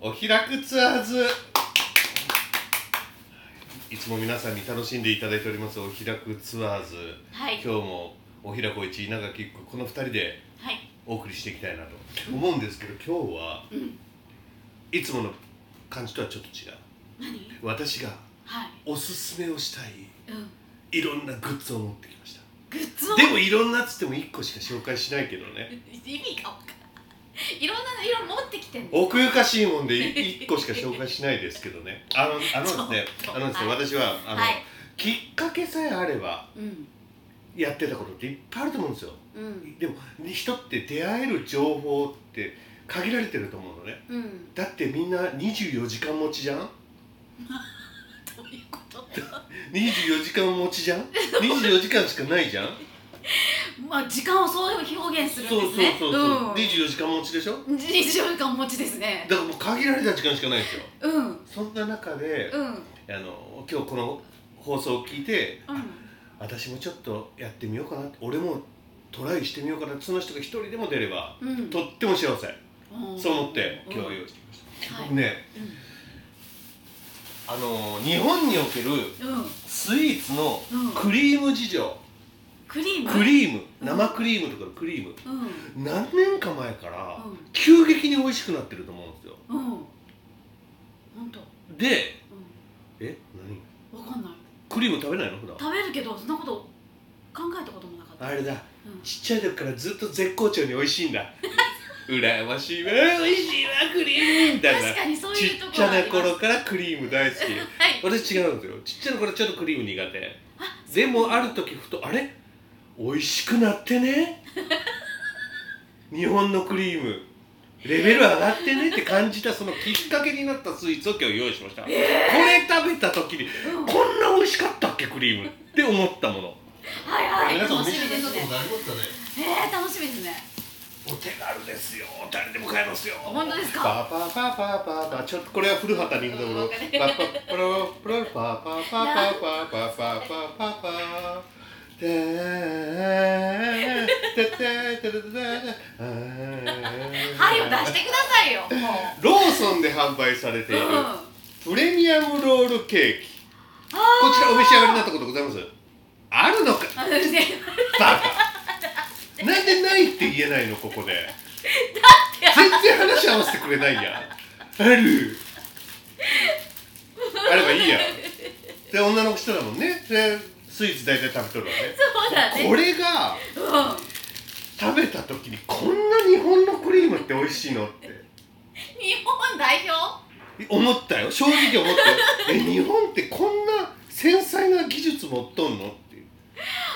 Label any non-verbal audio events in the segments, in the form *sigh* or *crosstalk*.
お開くツアーズいつも皆さんに楽しんでいただいておりますお開くツアーズ、はい今日もお開こ一稲垣一子この二人ではいお送りしていきたいなと思うんですけど今日はうんいつもの感じとはちょっと違う何私がはいおすすめをしたいうんいろんなグッズを持ってきましたグッズをでもいろんなっつっても1個しか紹介しないけどね意味が分かんないいろんなの色持ってきてんの奥ゆかしいもんで1個し *laughs* か紹介しないですけどねあのあのですねちょっとあのですねはい私はあの、はいきっかけさえあればうんやってたことっていっぱいあると思うんですようんでも人って出会える情報って限られてると思うのねうんだってみんな24時間持ちじゃんどういうこと24時間持ちじゃん24時間しかないじゃんまあ時間をそう表現するんそうですそうねそうそう、ん、 24時間持ちでしょ24時間お持ちですねだからもう限られた時間しかないんですようんうんそんな中で、うんあの今日この放送を聞いて、私もちょっとやってみようかな俺もトライしてみようかなその人が一人でも出ればうんとっても幸せ、うんそう思ってうん今日用意してきました、はい僕ねあの日本におけるうんうんスイーツのうんクリーム事情、クリームクリームうん生クリームとかのクリームうん何年か前からうん急激に美味しくなってると思うんですようん本当でうえ何んわかんないクリーム食べないの普段食べるけどそんなこと考えたこともなかったあれだうんちっちゃい時からずっと絶好調に美味しいん *laughs* だ羨ましいわ美味しいわクリームみたいな確かにそうちいうとっこちろゃはあなります頃からクリーム大好きはい私違うんですよちっちゃな頃ちょっとクリーム苦手あでもある時ふとあれ美味しくなってね日本のクリームレベル上がってねって感じたそのきっかけになったスイーツを今日用意しました、これ食べた時にうんこんな美味しかったっけクリームって思ったものはいはい皆さん楽しみですねなりますかね。えー、楽しみですねお手軽ですよ誰でも買えますよ本当ですかパパパパパパちょっとこれは古畑任三郎パパパロパロパパパパパパパパパパででででで針を出してくださいよもうローソンで販売されているうんプレミアムロールケーキこちらお召し上がりになったことございますあるのかあのねバカなんでないって言えないのここで全然話合わせてくれないやんあるあればいいやんで女の人だもんねでスイーツ大体食べとるわそうだねねこれがうん食べた時にこんな日本のクリームって美味しいのって日本代表思ったよ正直思ったよえ日本ってこんな繊細な技術持っとんのっていう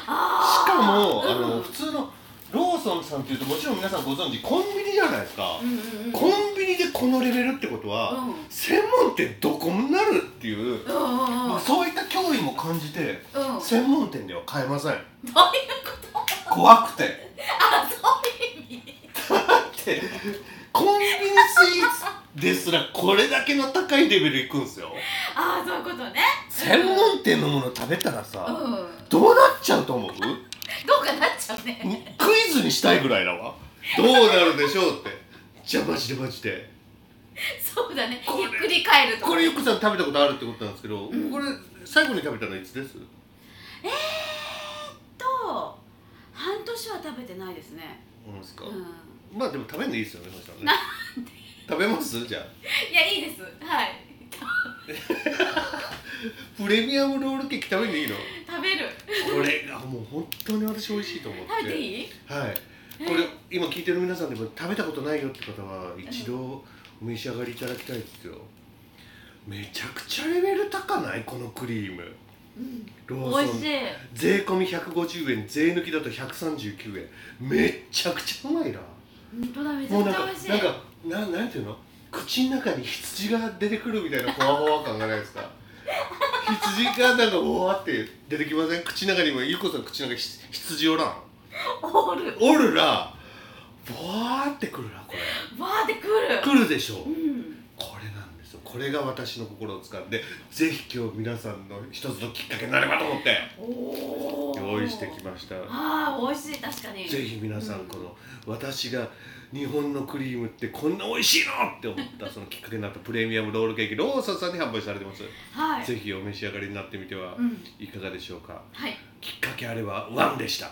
あしーかも、あうのん普通のローソンさんっていうともちろん皆さんご存知コンビニじゃないですか、うんうんうんコンビニでこのレベルってことは、うん専門店どこになるっていう、うんうんうんまあ、そういった脅威も感じてうん専門店では買えませんどういうこと怖くてあそういう意味でコンビニスイーツですらこれだけの高いレベルいくんですよああそういうことね専門店のもの食べたらうさ、んどうなっちゃうと思うどうかなっちゃうねクイズにしたいぐらいだわどうなるでしょうってじゃあマジでマジでそうだねこれひっくり返るとこれゆくさん食べたことあるってことなんですけど、うんこれ最後に食べたのはいつですと半年は食べてないですね思うんですか、うんまあでも食べんでいいです *laughs* よねそしたらね食べますじゃあいやいいですはい *laughs* プレミアムロールケーキ食べんでいいの食べるこれがもう本当に私美味しいと思って食べていいはいこれ今聞いてる皆さんでも食べたことないよって方は一度お召し上がりいただきたいですよめちゃくちゃレベル高ないこのクリームうんロ美ー味ソンしい税込み150円税抜きだと139円めっちゃくちゃうまいな本当だめちもゃうくなんちかゃ美味しいなんかななんていうの口の中に羊が出てくるみたいなほわほわ感がないですか羊がなんかほわって出てきません口の中にもゆうこさん口の中にひ羊おらんオールおるらぼわーってくるなこれバーってくるくるでしょうんこれなんですよこれが私の心を掴んでぜひ今日皆さんの一つのきっかけになればと思っておお用用意してきましたああ美味しい確かにぜひ皆さんうんこの私が日本のクリームってこんな美味しいのって思ったそのきっかけになったプレミアムロールケーキローソンさんに販売されてます、はいぜひお召し上がりになってみてはうんいかがでしょうかはいきっかけあればワンでした